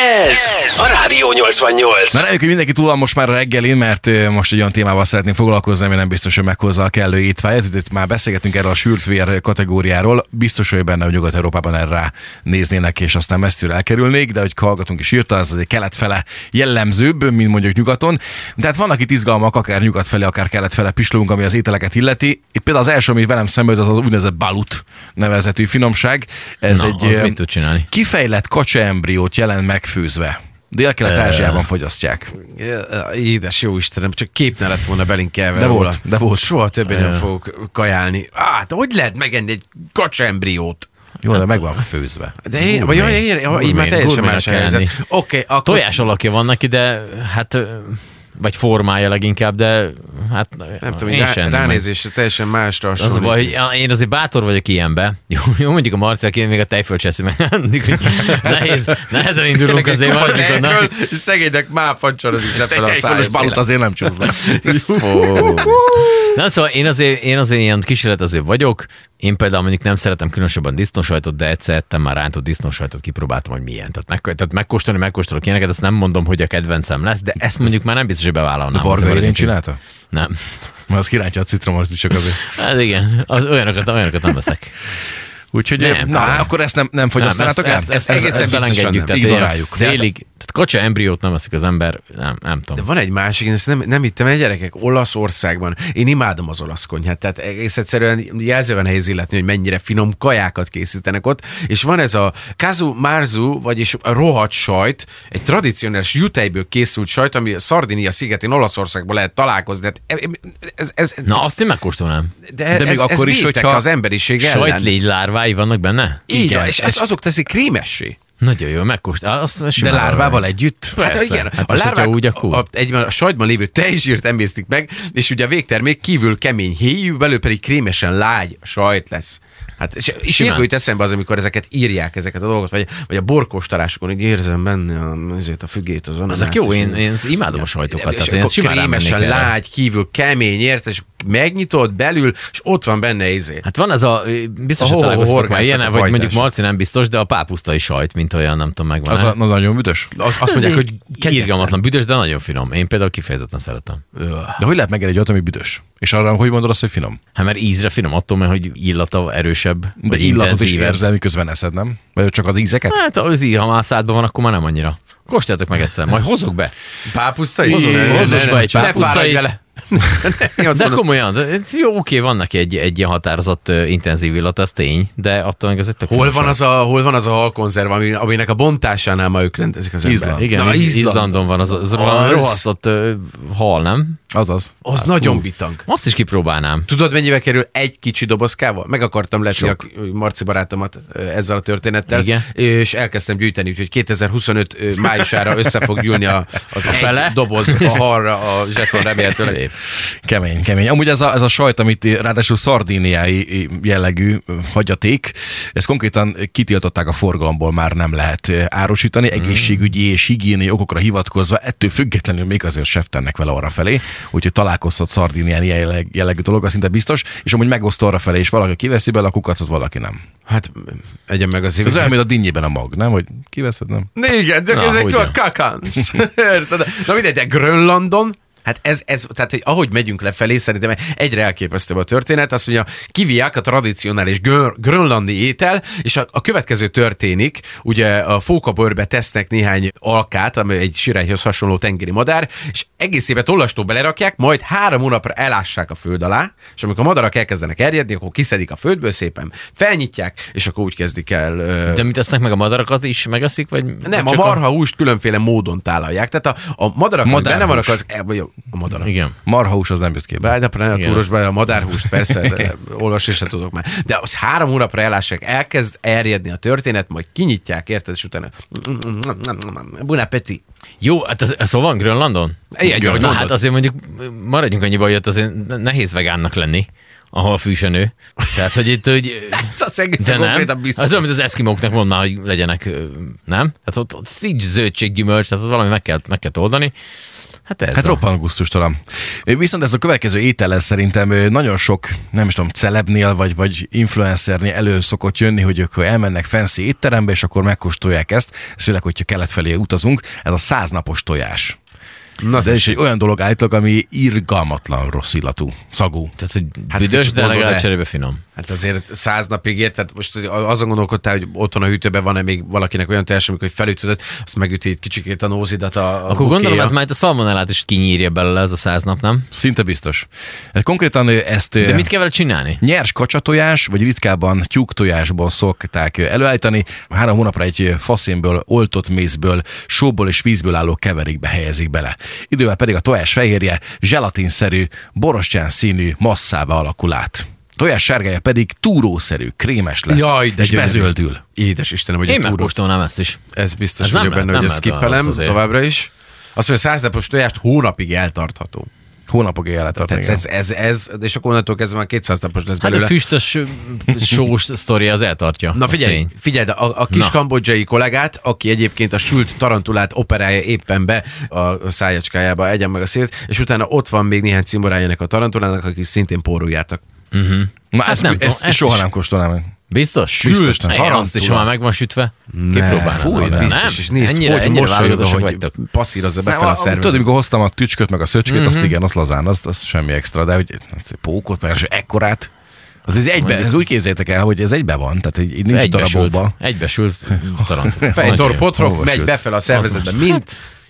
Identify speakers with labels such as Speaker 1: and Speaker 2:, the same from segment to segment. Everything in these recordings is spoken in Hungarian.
Speaker 1: Ez a Rádió 88.
Speaker 2: Na reméljük, hogy mindenki túl van most már a reggelin, mert ö, most egy olyan témával szeretnénk foglalkozni, ami nem biztos, hogy meghozza a kellő étvágyat. Itt- Itt már beszélgetünk erről a sültvér kategóriáról. Biztos, hogy benne, hogy Nyugat-Európában erre rá néznének, és aztán messzire elkerülnék, de hogy hallgatunk is írta, az azért kelet fele jellemzőbb, mint mondjuk nyugaton. De hát vannak itt izgalmak, akár nyugat felé, akár kelet fele pislogunk, ami az ételeket illeti. Itt például az első, ami velem szemben jut, az az úgynevezett balut nevezetű finomság. Ez
Speaker 3: Na,
Speaker 2: egy
Speaker 3: az
Speaker 2: ö,
Speaker 3: mit tud csinálni?
Speaker 2: kifejlett kacsaembriót jelent megfőzve. Dél-kelet-ázsiában fogyasztják.
Speaker 4: Édes jó Istenem, csak kép ne lett volna belinkelve
Speaker 2: De
Speaker 4: róla.
Speaker 2: volt, de volt.
Speaker 4: Soha többé nem fogok kajálni. Á, Hát, hogy lehet megenni egy kacsembriót?
Speaker 2: Jó, Hát. de meg van főzve.
Speaker 4: De én, vagy
Speaker 3: Gurmé.
Speaker 4: jaj, én, jaj, így
Speaker 3: Gurmé.
Speaker 4: már teljesen
Speaker 3: Gurménak
Speaker 4: más a
Speaker 3: kell
Speaker 4: helyzet.
Speaker 3: lenni.
Speaker 4: Oké, okay, akkor...
Speaker 3: Tojás alakja vannak ide, hát ö, vagy formája leginkább, de hát
Speaker 4: Nem tudom,
Speaker 3: én
Speaker 4: így
Speaker 3: sem
Speaker 4: rá, ránézésre teljesen másra
Speaker 3: Az a
Speaker 4: hasonlít.
Speaker 3: baj, hogy én azért bátor vagyok ilyenbe. Jó, jó mondjuk a Marci, aki még a tejföl cseszi, meg mindig, hogy nehéz, nehezen indulunk
Speaker 4: Tényleg
Speaker 3: azért
Speaker 4: egy
Speaker 3: valamikor.
Speaker 4: komoly
Speaker 3: na.
Speaker 4: tejföl, és Szegénynek már fancsorodik lefelé a
Speaker 2: Tejfölös balut
Speaker 4: szájszéle.
Speaker 2: azért Szóval nem csúsz le.
Speaker 3: Na szóval én azért, én azért ilyen kísérlet azért vagyok. Én például mondjuk nem szeretem különösebben disznósajtot, de egyszer ettem már rántott disznósajtot, kipróbáltam, hogy milyen. Tehát, meg, tehát megkóstolni, megkóstolok ilyeneket, azt nem mondom, hogy a kedvencem lesz, de ezt mondjuk már nem biztos, hogy bevállalnám.
Speaker 2: Varga
Speaker 3: Azért
Speaker 2: Irén
Speaker 3: maradjunk így.
Speaker 2: csinálta?
Speaker 3: Nem.
Speaker 2: Mert az kirántja a citromot is csak azért.
Speaker 3: Hát igen, az, olyanokat, olyanokat nem veszek.
Speaker 2: Úgyhogy
Speaker 3: Nem,
Speaker 2: na,
Speaker 3: talán.
Speaker 2: akkor ezt nem, nem fogyasztanátok el?
Speaker 3: ezt, ezt, ezt, ezt, ezt elengedjük, tehát
Speaker 2: ignoráljuk.
Speaker 4: hát-
Speaker 3: ignoráljuk. Félig, tehát kacsa embriót nem eszik az ember, nem, nem
Speaker 4: De
Speaker 3: tudom.
Speaker 4: van egy másik, én ezt nem, nem hittem el, gyerekek, Olaszországban. Én imádom az olasz konyhát, tehát egész egyszerűen jelzőben helyez illetni, hogy mennyire finom kajákat készítenek ott. És van ez a kazu marzu, vagyis a rohadt sajt, egy tradicionális jutejből készült sajt, ami a Szardinia szigetén Olaszországban lehet találkozni. Tehát ez, ez, ez,
Speaker 3: Na, azt én megkóstolnám.
Speaker 4: de,
Speaker 2: de még
Speaker 4: ez,
Speaker 2: akkor
Speaker 4: ez
Speaker 2: is,
Speaker 4: vétek
Speaker 2: hogyha
Speaker 4: az emberiség ellen.
Speaker 3: Sajtlégy lárvái vannak benne?
Speaker 4: Így van, és ez, azok teszik krémessé.
Speaker 3: Nagyon jó, megkóstolom. Azt
Speaker 2: De
Speaker 3: simán
Speaker 2: lárvával együtt?
Speaker 4: Hát
Speaker 3: Persze.
Speaker 4: igen,
Speaker 3: Hát
Speaker 4: a
Speaker 3: most, hogyha
Speaker 4: lárvák
Speaker 3: úgy, akkor-
Speaker 4: a, a, egyben a sajtban lévő tejzsírt emésztik meg, és ugye a végtermék kívül kemény héjú, belül pedig krémesen lágy sajt lesz. Hát, és, és
Speaker 3: Simán.
Speaker 4: ilyenkor jut eszembe az, amikor ezezeket írják, ezeket a dolgokat, vagy, vagy a borkóstolásokon, hogy érzem benne a, ezért a fügét, az ananászt.
Speaker 3: Ezek jó,
Speaker 4: és-
Speaker 3: én, én imádom a sajtokat,
Speaker 4: és
Speaker 3: tehát én
Speaker 4: akkor
Speaker 3: simán rámennék
Speaker 4: krémesen
Speaker 3: erre.
Speaker 4: lágy, kívül kemény, érted, és megnyitod belül, és ott van benne izé.
Speaker 3: Hát van ez a, biztos,
Speaker 4: A
Speaker 3: hogy
Speaker 4: ho-
Speaker 3: találkoztok már
Speaker 4: horgásznak a
Speaker 3: ilyen, vagy mondjuk
Speaker 4: pajtás.
Speaker 3: Marci nem biztos, de a pápusztai sajt, mint olyan, nem tudom, megvan.
Speaker 2: Az a, na, nagyon büdös.
Speaker 4: Az, azt mondják, hogy
Speaker 3: Irgalmatlan, büdös, de nagyon finom. Én például kifejezetten szeretem.
Speaker 2: De hogy lehet megenni egy olyat, ami büdös? És arra hogy mondod azt, hogy finom?
Speaker 3: Hát mert ízre finom, attól, mert hogy illata erősebb.
Speaker 2: De
Speaker 3: vagy
Speaker 2: illatot is
Speaker 3: intenzívebb.
Speaker 2: érzel, miközben eszed, nem? Vagy csak az ízeket?
Speaker 3: Hát az ír, ha már szádban van, akkor már nem annyira. Kóstoljátok meg egyszer, majd hozok be.
Speaker 4: pápusztai?
Speaker 3: Hozom, hozom be egy pápusztait. De
Speaker 4: De
Speaker 3: komolyan, de ez jó, oké, van neki egy, egy ilyen határozott ö, intenzív illat, ez tény, de attól meg ez egy tök
Speaker 4: Hol
Speaker 3: finom
Speaker 4: van,
Speaker 3: sor.
Speaker 4: az a, hol van az a halkonzerv, ami, aminek a bontásánál ma ők rendezik az
Speaker 2: Izland.
Speaker 4: ember?
Speaker 3: Igen,
Speaker 4: Na,
Speaker 3: Na,
Speaker 4: Izland.
Speaker 3: Izlandon van, az, az, valami
Speaker 4: Az-
Speaker 3: rohasztott ö, hal, nem?
Speaker 2: Azaz.
Speaker 4: Az nagyon bitang.
Speaker 3: Azt is kipróbálnám.
Speaker 4: Tudod, mennyibe kerül egy kicsi dobozkával? Meg akartam letni a Marci barátomat ö, ezzel a történettel,
Speaker 3: Igen.
Speaker 4: és elkezdtem gyűjteni, úgyhogy 2025 ö, májusára össze fog gyűlni a, az a
Speaker 3: fele?
Speaker 4: doboz a halra a zseton remélhetőleg.
Speaker 3: Szép.
Speaker 2: Kemény, kemény. Amúgy ez a, ez a sajt, amit ráadásul szardíniai jellegű ö, hagyaték, ezt konkrétan kitiltották a forgalomból, már nem lehet ö, árusítani, egészségügyi és higiéniai okokra hivatkozva, ettől függetlenül még azért seftennek vele arra felé, úgyhogy találkozhat szardíniai jelleg, jellegű dolog, az szinte biztos, és amúgy megoszt arra felé, és valaki kiveszi bele a kukacot, valaki nem.
Speaker 4: Hát, egyen meg az
Speaker 2: Ez
Speaker 4: évig.
Speaker 2: olyan, mint a dinnyében a mag, nem? Hogy kiveszed, nem?
Speaker 4: Igen, csak
Speaker 3: Na,
Speaker 4: ezek
Speaker 3: hogyan?
Speaker 4: a kakansz. Érted? Na mindegy, de Grönlandon, Hát ez, ez, tehát hogy ahogy megyünk lefelé, szerintem egyre elképesztőbb a történet. Azt mondja, kiviák a tradicionális gör- grönlandi étel, és a, a következő történik, ugye a fókabőrbe tesznek néhány alkát, ami egy sirályhoz hasonló tengeri madár, és egész évet tollastól belerakják, majd három hónapra elássák a föld alá, és amikor a madarak elkezdenek erjedni, akkor kiszedik a földből szépen, felnyitják, és akkor úgy kezdik el ö,
Speaker 3: De mit esznek meg a madarakat is, megeszik? Vagy
Speaker 4: nem, a
Speaker 3: Hát csak
Speaker 4: marha húst különféle módon tálalják. Tehát a, a madarak, amik benne vannak, az, eh, vagy a, a madarak.
Speaker 3: Igen.
Speaker 2: Marhahús az nem jut képbe.
Speaker 4: Bár de a
Speaker 3: Igen.
Speaker 4: túros be a madárhúst, persze, de olvasni sem tudok már. De az három hónapra elássák, elkezd erjedni a történet, majd kinyitják, érted, és utána bon appétit.
Speaker 3: Jó, hát ez, szóval van Grönlandon?
Speaker 4: Igen, ahogy
Speaker 3: Na
Speaker 4: mondod.
Speaker 3: hát azért mondjuk maradjunk annyiba, hogy ott azért nehéz vegánnak lenni, ahol fűsenő. Tehát, hogy itt, hogy...
Speaker 4: Ez az egészen
Speaker 3: De
Speaker 4: konkrétan
Speaker 3: nem.
Speaker 4: biztos.
Speaker 3: Az olyan, mint az eszkimóknak mond már, hogy Hát legyenek, ö, nem? Tehát ott, ott nincs zöldség, gyümölcs, tehát ott valami meg kell, meg kell oldani. Hát ez
Speaker 2: Hát
Speaker 3: a...
Speaker 2: roppant gusztustalan. Viszont ez a következő étel, ez szerintem ö, nagyon sok, nem is tudom, celebnél vagy, vagy influencernél elő szokott jönni, hogy ők elmennek fancy étterembe, és akkor megkóstolják ezt, ez főleg, hogyha kelet felé utazunk, ez a száznapos tojás.
Speaker 4: Na,
Speaker 2: De ez is egy olyan dolog állítólag, ami irgalmatlan rossz illatú, szagú.
Speaker 3: Tehát, hogy
Speaker 4: Hát
Speaker 3: hát büdös,
Speaker 4: kicsit
Speaker 3: de legalább
Speaker 4: mondod-e?
Speaker 3: cserébe finom.
Speaker 4: Hát azért száz napig ért, tehát most hogy azon gondolkodtál, hogy otthon a hűtőben van-e még valakinek olyan teljes, amikor hogy felütöd, azt megüti egy kicsikét a nózidat a, a
Speaker 3: Akkor
Speaker 4: bukéja.
Speaker 3: gondolom, ez már itt a szalmonellát is kinyírja belőle ez a száz nap, nem?
Speaker 2: Szinte biztos. Hát Konkrétan ö, ezt ö,
Speaker 3: De mit kell vele csinálni?
Speaker 2: nyers kacsatojás, vagy ritkábban tyúktojásból szokták ö, előállítani. Három hónapra egy ö, faszénből, oltott mézből, sóból és vízből álló keverékbe helyezik bele. Idővel pedig a tojás fehérje zselatinszerű, borostyán színű masszába alakul át. Tojás sárgája pedig túrószerű, krémes lesz,
Speaker 4: Jaj, de
Speaker 2: és
Speaker 4: gyönyörű.
Speaker 2: bezöldül.
Speaker 4: Édes Istenem, hogy
Speaker 3: Én
Speaker 4: a túró.
Speaker 3: megkóstolnám ezt is.
Speaker 4: Ez biztos
Speaker 3: Ez nem
Speaker 4: ez vagyok
Speaker 3: lehet-
Speaker 4: benne, hogy
Speaker 3: nem lehet
Speaker 4: ezt
Speaker 3: olyan
Speaker 4: skippelem
Speaker 3: rossz azért.
Speaker 4: továbbra is. Azt mondja, a száznapos tojást hónapig eltartható.
Speaker 2: Hónapokig eltart.
Speaker 4: Tehát ez, ez, ez, és akkor onnantól kezdve már 200 napos lesz
Speaker 3: Hát a
Speaker 4: belőle.
Speaker 3: füstös ö, sós sztori az eltartja.
Speaker 4: Na
Speaker 3: az
Speaker 4: figyelj,
Speaker 3: tény.
Speaker 4: figyelj, de a, a kis
Speaker 3: Na.
Speaker 4: Na. kambodzsai kollégát, aki egyébként a sült tarantulát operálja éppen be a szájacskájába, egyen meg a szét, és utána ott van még néhány cimborájának a tarantulának, akik szintén pórul jártak.
Speaker 2: Na,
Speaker 3: Hát
Speaker 2: ezt, nem
Speaker 3: nem tudom,
Speaker 2: ezt,
Speaker 3: ezt
Speaker 2: ezt soha
Speaker 3: is-
Speaker 2: nem kóstolnám meg.
Speaker 3: Biztos?
Speaker 2: Sült
Speaker 3: Biztos nem. Én azt
Speaker 4: tarantula.
Speaker 3: is, ha már meg van sütve, kipróbálnám.
Speaker 4: fúj,
Speaker 3: azonnal.
Speaker 4: biztos, és nézd,
Speaker 3: ennyire,
Speaker 4: hogy
Speaker 3: ennyire
Speaker 4: mosolyod,
Speaker 3: válogatósak
Speaker 4: hogy
Speaker 3: vagytok.
Speaker 4: passzírozza
Speaker 2: Nem,
Speaker 4: befele
Speaker 2: a-
Speaker 4: a
Speaker 2: a- Tudod,
Speaker 4: szervezet.
Speaker 2: amikor hoztam a tücskött, meg a szöcskét, mm-hmm.
Speaker 3: Mhm.
Speaker 2: azt igen, azt lazán, azt, azt semmi extra, de hogy azt pókot, mert ekkorát, az ez, egybe,
Speaker 3: mondjuk-
Speaker 2: ez úgy képzétek el, hogy ez egybe van, tehát így, így nincs
Speaker 3: Egybesült,
Speaker 2: darabokba.
Speaker 3: egybesült tarantula.
Speaker 4: Fejtorpotrok,
Speaker 2: Hova
Speaker 4: megy
Speaker 2: sült?
Speaker 4: befele a szervezetbe, mind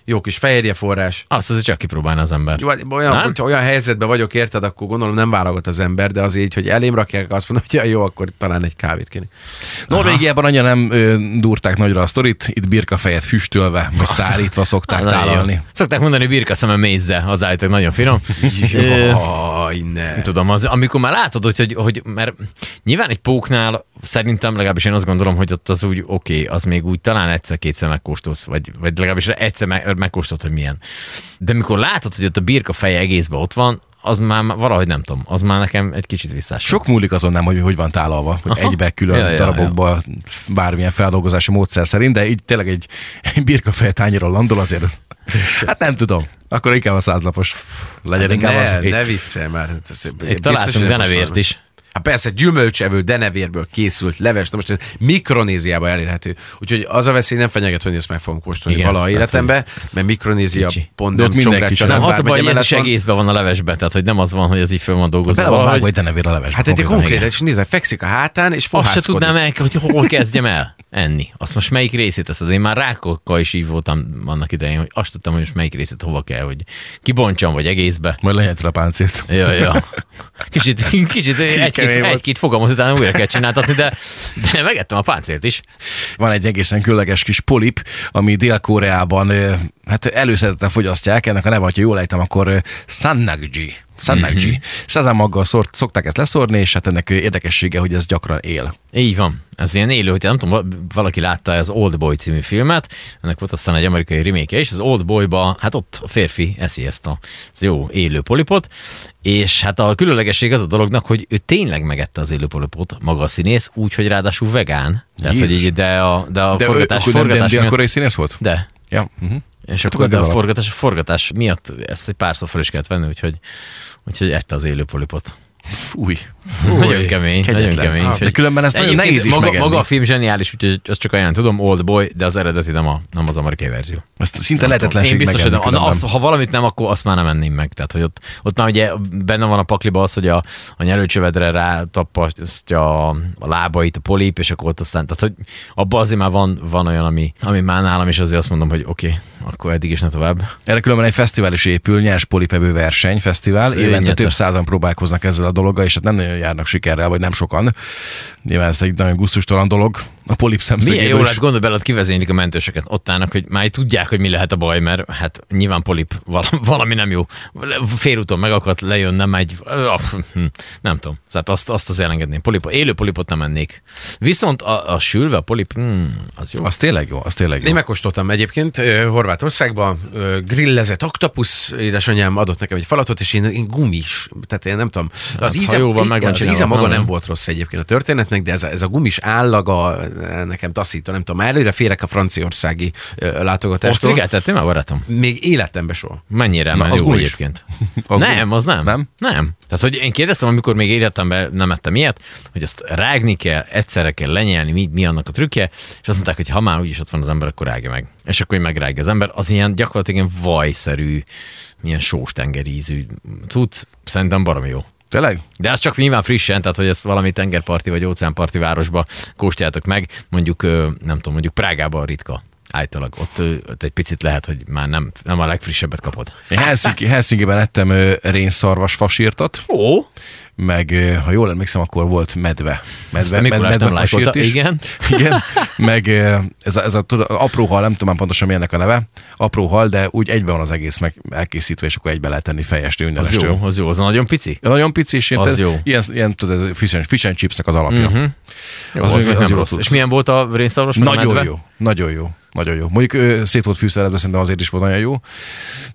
Speaker 4: jó kis fehérje forrás.
Speaker 3: Azt azért csak kipróbálna az ember.
Speaker 4: Jó, hát Olyan,
Speaker 3: Nem?
Speaker 4: hogyha olyan helyzetben vagyok, érted, akkor gondolom nem válogat az ember, de az így, hogy elém rakják, azt mondom, hogy ja, jó, akkor talán egy kávét kéne.
Speaker 2: Norvégiában annyira nem ö, durták nagyra a sztorit, itt birkafejet füstölve, vagy szállítva szokták
Speaker 3: Na, jó.
Speaker 2: tálalni.
Speaker 3: Szokták mondani, birka szeme mézze, az állítólag nagyon finom. Ö,
Speaker 4: Jaj, ne.
Speaker 3: Nem tudom, az, amikor már látod, hogy, hogy, hogy mert nyilván egy póknál szerintem legalábbis én azt gondolom, hogy ott az úgy oké, okay, az még úgy talán egyszer-kétszer megkóstolsz, vagy, vagy legalábbis egyszer meg, megkóstolod, hogy milyen. De amikor látod, hogy ott a birka feje egészben ott van, az már már valahogy nem tudom, az már nekem egy kicsit visszás.
Speaker 2: Sok múlik azon nem, hogy hogy van tálalva, hogy
Speaker 3: Aha.
Speaker 2: egybe külön
Speaker 3: Ja,
Speaker 2: ja,
Speaker 3: ja,
Speaker 2: darabokba, f- bármilyen feldolgozási módszer szerint, de így tényleg egy, egy birkafej tányéron landol azért. ez- Hát nem tudom. Akkor inkább a százlapos. Legyen
Speaker 3: Hát
Speaker 2: inkább az.
Speaker 4: Ne,
Speaker 3: itt-
Speaker 4: ne viccelj már. hát ez- biztos,
Speaker 3: Itt találtunk
Speaker 4: hogy
Speaker 3: denevért
Speaker 4: most-
Speaker 3: is.
Speaker 4: Hát persze, gyümölcsevő denevérből készült leves, na most ez Mikronéziában elérhető. Úgyhogy az a veszély nem fenyeget, hogy ezt meg fogom kóstolni
Speaker 3: Igen,
Speaker 4: Igen, valaha
Speaker 3: tehát,
Speaker 4: életemben,
Speaker 3: hogy ez
Speaker 4: mert Mikronézia
Speaker 3: kicsi.
Speaker 4: pont
Speaker 2: De ott
Speaker 4: nem
Speaker 2: mindenki
Speaker 4: csongrád
Speaker 2: csinál.
Speaker 3: Nem, az a
Speaker 4: Csanád
Speaker 3: baj,
Speaker 4: vármegye
Speaker 3: hogy ez is
Speaker 4: mellett van.
Speaker 3: egészben van a levesbe, tehát hogy nem az van, hogy ez így föl van dolgozva.
Speaker 2: Bele van
Speaker 3: valahogy-
Speaker 2: vágva egy denevér a levesbe.
Speaker 4: Hát egy
Speaker 2: konkrétan.
Speaker 4: konkrét, és nézd, fekszik a hátán, és
Speaker 3: Azt se
Speaker 4: fohászkodik.
Speaker 3: tudnám el, hogy hol kezdjem el enni. Azt most melyik részét teszed? Én már rákokkal is így voltam annak idején, hogy azt tudtam, hogy most melyik részét hova kell, hogy kibontsam, vagy egészbe.
Speaker 2: Majd lenyelt a páncét.
Speaker 3: Ja, ja. Kicsit, kicsit egy-két,
Speaker 2: kemény volt.
Speaker 3: egy-két fogamot utána újra kell csináltatni, de, de megettem a páncélt is.
Speaker 2: Van egy egészen különleges kis polip, ami Dél-Koreában ö, hát előszeretettel fogyasztják. Ennek a neve, ha jól ejtem, akkor ö, sannakji. Sannakji. Mm-hmm. Szezámaggal szort, szokták ezt leszórni, és hát ennek ö, érdekessége, hogy ez gyakran él.
Speaker 3: Így van. Ez ilyen élő, hogy nem tudom, va- valaki látta az Old Boy című filmet, ennek volt aztán egy amerikai remake és az Old Boy-ba, hát ott a férfi eszi ezt a ezt a jó élő polipot, és hát a különlegesség az a dolognak, hogy ő tényleg megette az élő polipot, maga a színész, úgyhogy ráadásul vegán. Tehát, hogy
Speaker 2: Jézus.
Speaker 3: így, de a, de a
Speaker 2: De ő,
Speaker 3: forgatás,
Speaker 2: akkor nem
Speaker 3: forgatás
Speaker 2: dél
Speaker 3: miatt,
Speaker 2: koreai színész volt?
Speaker 3: de.
Speaker 2: Ja. Uh-huh.
Speaker 3: És akkor de
Speaker 2: ez
Speaker 3: a
Speaker 2: alap.
Speaker 3: forgatás, a forgatás miatt ezt egy párszor fel is kellett venni, úgyhogy, úgyhogy ette az élő polipot.
Speaker 2: Fúj.
Speaker 3: Nagyon kemény, nagyon
Speaker 2: kegyetlen.
Speaker 3: kemény.
Speaker 2: Ah,
Speaker 3: úgyhogy-
Speaker 2: de különben ezt nagyon
Speaker 3: Egyébként
Speaker 2: nehéz is
Speaker 3: maga,
Speaker 2: megenni.
Speaker 3: Maga a film zseniális, úgyhogy azt csak ajánlom, tudom, Old Boy, de az eredeti nem, a, nem az amerikai verzió.
Speaker 2: Ezt szinte
Speaker 3: Én
Speaker 2: lehetetlenség
Speaker 3: biztos, hogy
Speaker 2: megenni
Speaker 3: nem. Na,
Speaker 2: különben.
Speaker 3: az, ha valamit nem, akkor azt már nem enném meg. Tehát, hogy ott, ott már ugye benne van a pakliba az, hogy a, a nyelőcsövedre rátapasztja a, a lábait, a polip, és akkor ott aztán, tehát, hogy abban azért már van, van olyan, ami, ami már nálam, és azért azt mondom, hogy oké, okay, akkor eddig és ne tovább.
Speaker 2: Erre különben egy fesztivál is épül, nyers polipevő verseny, fesztivál.
Speaker 3: Szörnyetek.
Speaker 2: Évente több százan próbálkoznak ezzel a dologgal, és hát nem nagyon járnak sikerrel, vagy nem sokan. Nyilván ez egy nagyon gusztustalan dolog. A polip
Speaker 3: Milyen jó
Speaker 2: szemszögéből
Speaker 3: lett,
Speaker 2: is.
Speaker 3: gondolj bele, ott kivezénylik a mentősöket, ott állnak, hogy már tudják, hogy mi lehet a baj, mert hát nyilván polip, valami, valami nem jó. Le- Félúton megakadt, lejön, nem egy, hm, nem tudom. Tehát azt, azt az elengedném. Polip, élő polipot nem ennék. Viszont a, a sülve, a polip, hmm, az jó.
Speaker 2: Az tényleg jó, az tényleg
Speaker 4: Én
Speaker 2: jó.
Speaker 4: megkóstoltam egyébként ö, Horvátországban, ö, grillezett oktapusz, édesanyám adott nekem egy falatot, és én, én gumis, tehát én nem tudom. Az,
Speaker 3: hajóval Hát, meg van
Speaker 4: az
Speaker 3: csinálva,
Speaker 4: íze maga
Speaker 3: nem?
Speaker 4: nem volt rossz egyébként a történetnek, de ez a, ez a gumis állaga, e, nekem taszító, nem tudom, már előre férek a franciaországi ö, látogatástól.
Speaker 3: Osztrigát tettél már, barátom?
Speaker 4: Még életemben soha.
Speaker 3: Mennyire már
Speaker 2: az
Speaker 3: jó
Speaker 2: gúny is.
Speaker 3: egyébként?
Speaker 2: Az
Speaker 3: nem,
Speaker 2: gúny.
Speaker 3: az nem.
Speaker 2: Nem?
Speaker 3: Nem. Tehát, hogy én kérdeztem, amikor még életemben nem ettem ilyet, hogy azt rágni kell, egyszerre kell lenyelni, mi, mi annak a trükkje, és azt mondták, hogy ha már úgyis ott van az ember, akkor rágja meg. És akkor így megrágja az ember. Az ilyen gyakorlatilag ilyen vajszerű, milyen sós tengeri ízű cucc, szerintem baromi jó.
Speaker 2: Tényleg?
Speaker 3: De ez csak nyilván frissen, tehát hogy ezt valami tengerparti vagy óceánparti városba kóstoljátok meg, mondjuk, ö, nem tudom, mondjuk Prágában ritka állítólag. Ott, ö, ott egy picit lehet, hogy már nem, nem a legfrissebbet kapod.
Speaker 2: Én Helsinki, Helsinki-ben ettem ö, rénszarvas fasírtat,
Speaker 3: Ó,
Speaker 2: meg ö, ha jól emlékszem, akkor volt medve.
Speaker 3: Ezt a Mikulás nem
Speaker 2: fasírt
Speaker 3: lájkolta, igen.
Speaker 2: igen. Meg ö, ez a, ez a tudod, apró hal, nem tudom már pontosan mi ennek a neve, apró hal, de úgy egyben van az egész meg elkészítve, és akkor egybe lehet tenni fejestő, minden
Speaker 3: az jó, az jó, az nagyon pici.
Speaker 2: Nagyon pici, és ilyen,
Speaker 3: Az
Speaker 2: tehát
Speaker 3: jó. Mhm.
Speaker 2: ilyen, ilyen tudod, ez fish and, fish and chipsnek az alapja. Mm-hmm.
Speaker 3: Jó, az, az, még nem rossz. És milyen volt a rénszarvas? vagy a
Speaker 2: Nagyon
Speaker 3: medve?
Speaker 2: jó, nagyon jó, nagyon jó. Mondjuk ö, szét volt fűszerezve, szerintem azért is volt nagyon jó.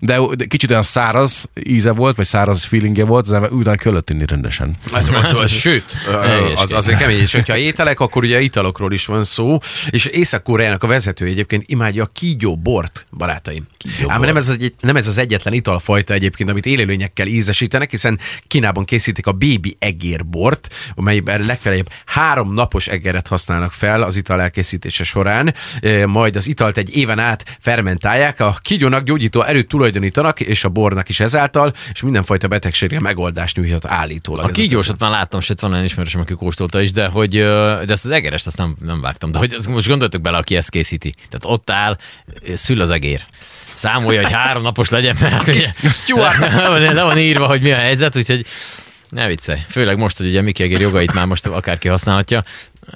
Speaker 2: De, de kicsit olyan száraz íze volt, vagy száraz feelingje volt, az ember úgy köllött inni rendesen.
Speaker 4: Hát, az, az, sőt, ö, az, azért kemény. És hogyha ételek, akkor ugye italokról is van szó, és Észak-Koreának a vezető egyébként imádja a kígyó bort, barátaim. Kígyó Ám
Speaker 3: bort.
Speaker 4: nem ez, az egy, nem ez az egyetlen italfajta egyébként, amit élőlényekkel ízesítenek, hiszen Kínában készítik a bébi egérbort, amelyben legfeljebb három napos egeret használnak fel az ital elkészítése során, e, majd az italt egy éven át fermentálják, a kígyónak gyógyító erőt tulajdonítanak, és a bornak is ezáltal, és mindenfajta betegségre megoldást nyújthat állítólag.
Speaker 3: A
Speaker 4: ez a
Speaker 3: kígyósat már láttam, sőt van olyan ismerősöm, aki kóstolta is, de hogy ö, de ezt az egerest azt nem, nem vágtam. De hogy ezt most gondoltok bele, aki ezt készíti. Tehát ott áll, ö, szül az egér. Számolja, hogy három napos legyen, mert hát ugye, le, van, le van írva, hogy mi a helyzet, úgyhogy ne viccelj. Főleg most, hogy ugye Miki Egér jogait már most akárki használhatja.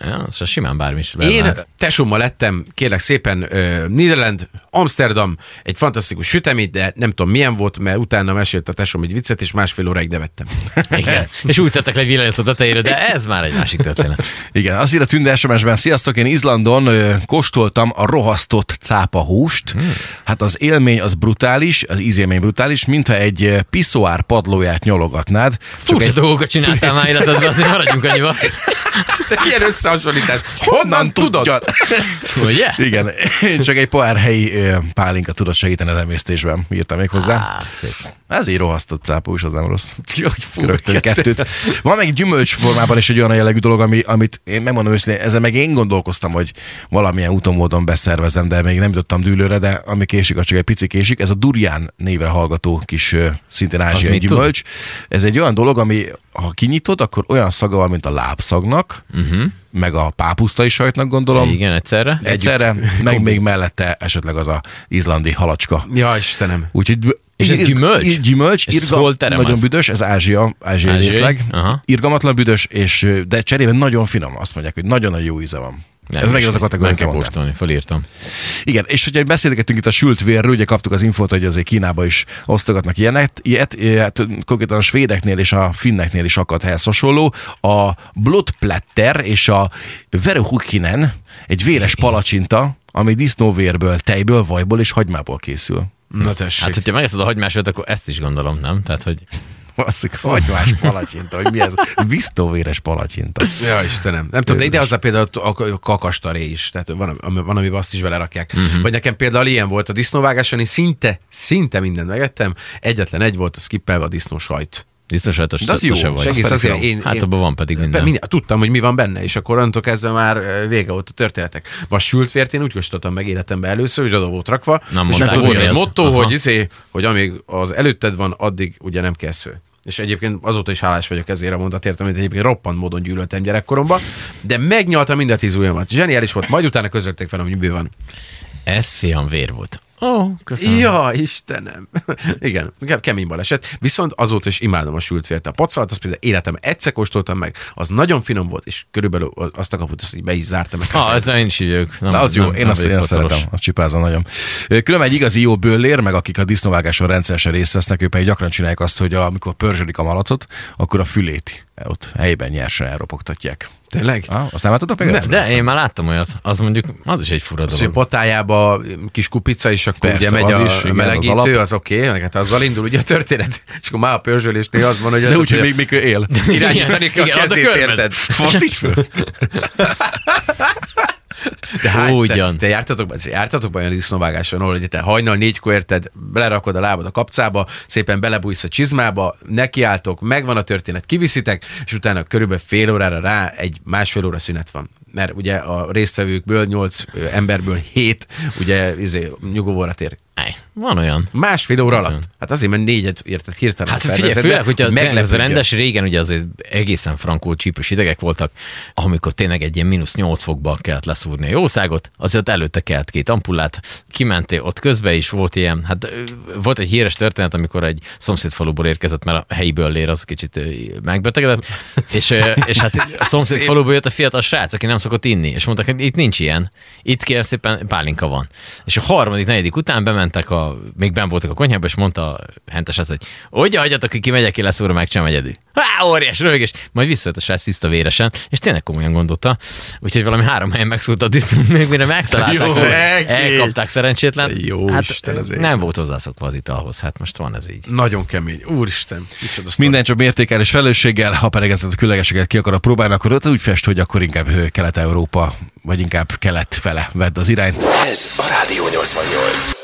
Speaker 3: Ja, az simán bármi is benne
Speaker 4: Én
Speaker 3: lehet.
Speaker 4: tesómmal lettem, kérlek szépen, ö, Nederland, Amsterdam, egy fantasztikus sütemény, de nem tudom milyen volt, mert utána mesélt a tesóm egy viccet, és másfél óráig nevettem.
Speaker 3: Igen. És úgy szedtek le egy villanyoszlop tetejére, de ez már egy másik történet.
Speaker 2: Igen, azt írja Tünde SMS-ben, sziasztok, én Izlandon ö, kóstoltam a rohasztott cápahúst. Hmm. Hát az élmény az brutális, az ízélmény brutális, mintha egy ö, piszoár padlóját nyologatnád. Csak
Speaker 3: Furcsa
Speaker 2: egy,
Speaker 3: dolgokat csináltál már életedben, azért maradjunk annyiba.
Speaker 4: De milyen összehasonlítás? Honnan tudod?
Speaker 3: Ugye?
Speaker 2: igen, én csak egy pohár helyi ö, pálinka tudott segíteni az emésztésben, írtam még hozzá.
Speaker 3: Hát, szép.
Speaker 2: Ez így rohasztott cápahús, az nem rossz.
Speaker 4: Hogy fú,
Speaker 2: rögtön
Speaker 4: kezd-
Speaker 2: kettőt. Van meg gyümölcs formában is egy olyan jellegű dolog, ami, amit én megmondom őszintén, ezzel meg én gondolkoztam, hogy valamilyen úton módon beszervezem, de még nem jutottam dűlőre, de ami késik, az csak egy pici késik. Ez a durján névre hallgató kis ö, szintén ázsiai
Speaker 3: mit tud?
Speaker 2: gyümölcs. Ez egy olyan dolog, ami ha kinyitod, akkor olyan szaga van, mint a lábszagnak, uh-huh. meg a pápusztai sajtnak gondolom. Igen.
Speaker 3: Igen, egyszerre.
Speaker 2: Egyszerre, meg még mellette esetleg az a izlandi halacska.
Speaker 4: Ja, Istenem.
Speaker 2: Úgyhogy
Speaker 3: És ez
Speaker 2: ir-
Speaker 3: gyümölcs?
Speaker 2: ir- Gyümölcs,
Speaker 3: És ez
Speaker 2: irga,
Speaker 3: hol terem
Speaker 2: nagyon
Speaker 3: az?
Speaker 2: büdös, ez Ázsia, ázsiai
Speaker 3: Ázsiai?
Speaker 2: részleg.
Speaker 3: Aha.
Speaker 2: Irgalmatlan büdös, és, ö, de cserében nagyon finom. Azt mondják, hogy nagyon-nagyon jó íze van. Nem, ez megint az a kategória, amit
Speaker 3: Nem kell
Speaker 2: mondtam.
Speaker 3: kóstolni, felírtam. Hát,
Speaker 2: Igen, és hogyha beszélgettünk itt a sült vérről, ugye kaptuk az infót, hogy azért Kínába is osztogatnak ilyenet, ilyet, ilyet konkrétan a svédeknél és a finneknél is akad ehhez hasonló. A blodplatter és a veruhukinen egy véres palacsinta, ami disznóvérből, tejből, vajból és hagymából készül.
Speaker 4: Na tessék.
Speaker 3: Hát, hogyha megeszed a hagymásot, akkor ezt is gondolom, nem? Tehát, hogy
Speaker 2: Basszik, hagymás palacsinta, hogy mi ez? Visztóvéres palacsinta.
Speaker 4: Ja, Istenem. Nem tudom, de ide az a például a kakastaré is. Tehát van, ami- van amiben azt is belerakják. Uh-huh. Vagy nekem például ilyen volt a disznóvágáson, én szinte, szinte mindent megettem. Egyetlen egy volt a skippelve a disznó sajt.
Speaker 3: biztos sajtos
Speaker 2: De az jó,
Speaker 3: se
Speaker 4: És
Speaker 3: volt.
Speaker 2: az
Speaker 4: egész
Speaker 2: pedig
Speaker 4: azért
Speaker 2: jó.
Speaker 4: én,
Speaker 3: Hát
Speaker 4: én,
Speaker 3: abban van pedig
Speaker 4: Be,
Speaker 3: minden.
Speaker 4: minden, tudtam, hogy mi van benne, és akkor onnantól kezdve már eh, vége volt a történetek. Vagy sült vért én úgy kóstoltam meg életemben először, hogy oda volt rakva.
Speaker 3: Nem
Speaker 4: és
Speaker 3: mondták,
Speaker 4: akkor volt
Speaker 3: hogy
Speaker 4: egy
Speaker 3: ez.
Speaker 4: motto,
Speaker 3: Aha.
Speaker 4: hogy, izé, hogy amíg az előtted van, addig ugye nem kezd fő. És egyébként azóta is hálás vagyok ezért a mondatért, amit egyébként roppant módon gyűlöltem gyerekkoromban, de megnyaltam mind a tíz ujjamat. Zseniális volt, majd utána közölték velem, hogy mi van.
Speaker 3: Ez fiam vér volt. Ó, oh, köszönöm.
Speaker 4: Ja, Istenem. Igen, ke- kemény baleset. Viszont azóta is imádom a sült vért. A pacalt, azt például életem egyszer kóstoltam meg, az nagyon finom volt, és körülbelül azt a kaput, azt így be is zártam.
Speaker 3: Ah, ezzel én is így vagyok. Nem,
Speaker 2: Na, az jó,
Speaker 3: nem-
Speaker 2: én
Speaker 3: nem
Speaker 2: azt, én
Speaker 3: vagyok
Speaker 2: azt
Speaker 3: pacolos.
Speaker 2: szeretem, azt csipázom nagyon. Ö, Különben egy igazi jó bőllér, meg akik a disznóvágáson rendszeresen részt vesznek, ők pedig gyakran csinálják azt, hogy amikor pörzsölik a malacot, akkor a fülét ott helyben nyersen elropogtatják.
Speaker 4: Tényleg?
Speaker 2: Ah, azt nem láttatok még?
Speaker 4: Nem.
Speaker 3: De én már láttam olyat. Az mondjuk, az is egy fura
Speaker 4: Az, hogy
Speaker 3: dolog.
Speaker 4: patájába kis kupica, és akkor
Speaker 2: Persze,
Speaker 4: Persze, ugye megy
Speaker 2: az
Speaker 4: a
Speaker 2: is,
Speaker 4: is,
Speaker 2: igen,
Speaker 4: melegítő,
Speaker 2: az
Speaker 4: az,
Speaker 2: alap.
Speaker 4: oké, okay, hát azzal indul ugye a történet, és akkor már a pörzsölésnél az van, hogy
Speaker 2: De úgyhogy még, még él.
Speaker 4: irányítani kell a
Speaker 3: Igen, az a
Speaker 4: kezét,
Speaker 3: körben.
Speaker 4: érted?
Speaker 2: Fordíts föl.
Speaker 4: De hát, te,
Speaker 3: Ugyan.
Speaker 4: te jártatok, be- jártatok be olyan disznóvágáson, ahol ugye te hajnal négykor érted, belerakod a lábad a kapcába, szépen belebújsz a csizmába, nekiálltok, megvan a történet, kiviszitek, és utána körülbelül fél órára rá egy másfél óra szünet van. Mert ugye a résztvevőkből, nyolc ö, emberből hét, ugye izé, nyugovóra tér.
Speaker 3: Áj, van olyan.
Speaker 4: Másfél óra
Speaker 3: Hát
Speaker 4: alatt.
Speaker 3: van.
Speaker 4: Hát azért, mert négyet érted hirtelen.
Speaker 3: Hát
Speaker 4: a
Speaker 3: figyelj,
Speaker 4: szervezetbe,
Speaker 3: főleg, hogyha tényleg ez a
Speaker 4: meglepődjön.
Speaker 3: rendes, régen ugye azért egészen frankó csípős idegek voltak, amikor tényleg egy ilyen mínusz 8 fokba kellett leszúrni a jószágot, azért ott előtte kelt két ampullát, kimentél ott közbe is volt ilyen, hát ö, volt egy híres történet, amikor egy szomszédfaluból érkezett, mert a helyi böllér az kicsit ö, megbetegedett, és, ö, és hát a szomszédfaluból jött a fiatal srác, aki nem szokott inni, és mondták, hogy itt nincs ilyen, itt kérem szépen pálinka van. És a harmadik, negyedik után bementek, a, még ben voltak a konyhába, és mondta a hentes az, hogy ugye hagyjatok, hogy kimegyek, ki lesz úr, meg sem egyedül. Há, óriás röhögés. Majd visszajött a srác tiszta véresen, és tényleg komolyan gondolta. Úgyhogy valami három helyen megszúrt a disznót, még mire megtalálták.
Speaker 4: Jó,
Speaker 3: hogy
Speaker 4: egész.
Speaker 3: elkapták szerencsétlen.
Speaker 4: Te jó
Speaker 3: hát,
Speaker 4: Isten, az ég.
Speaker 3: nem volt hozzászokva az italhoz, hát most van ez így.
Speaker 4: Nagyon kemény. Úristen, micsoda sztori.
Speaker 2: Minden csak mértékkel és felelősséggel, ha pedig ezeket a különlegeseket ki akarod próbálni, akkor ott úgy fest, hogy akkor inkább ö, Kelet-Európa, vagy inkább kelet fele vedd az irányt.
Speaker 1: Ez a Rádió 88.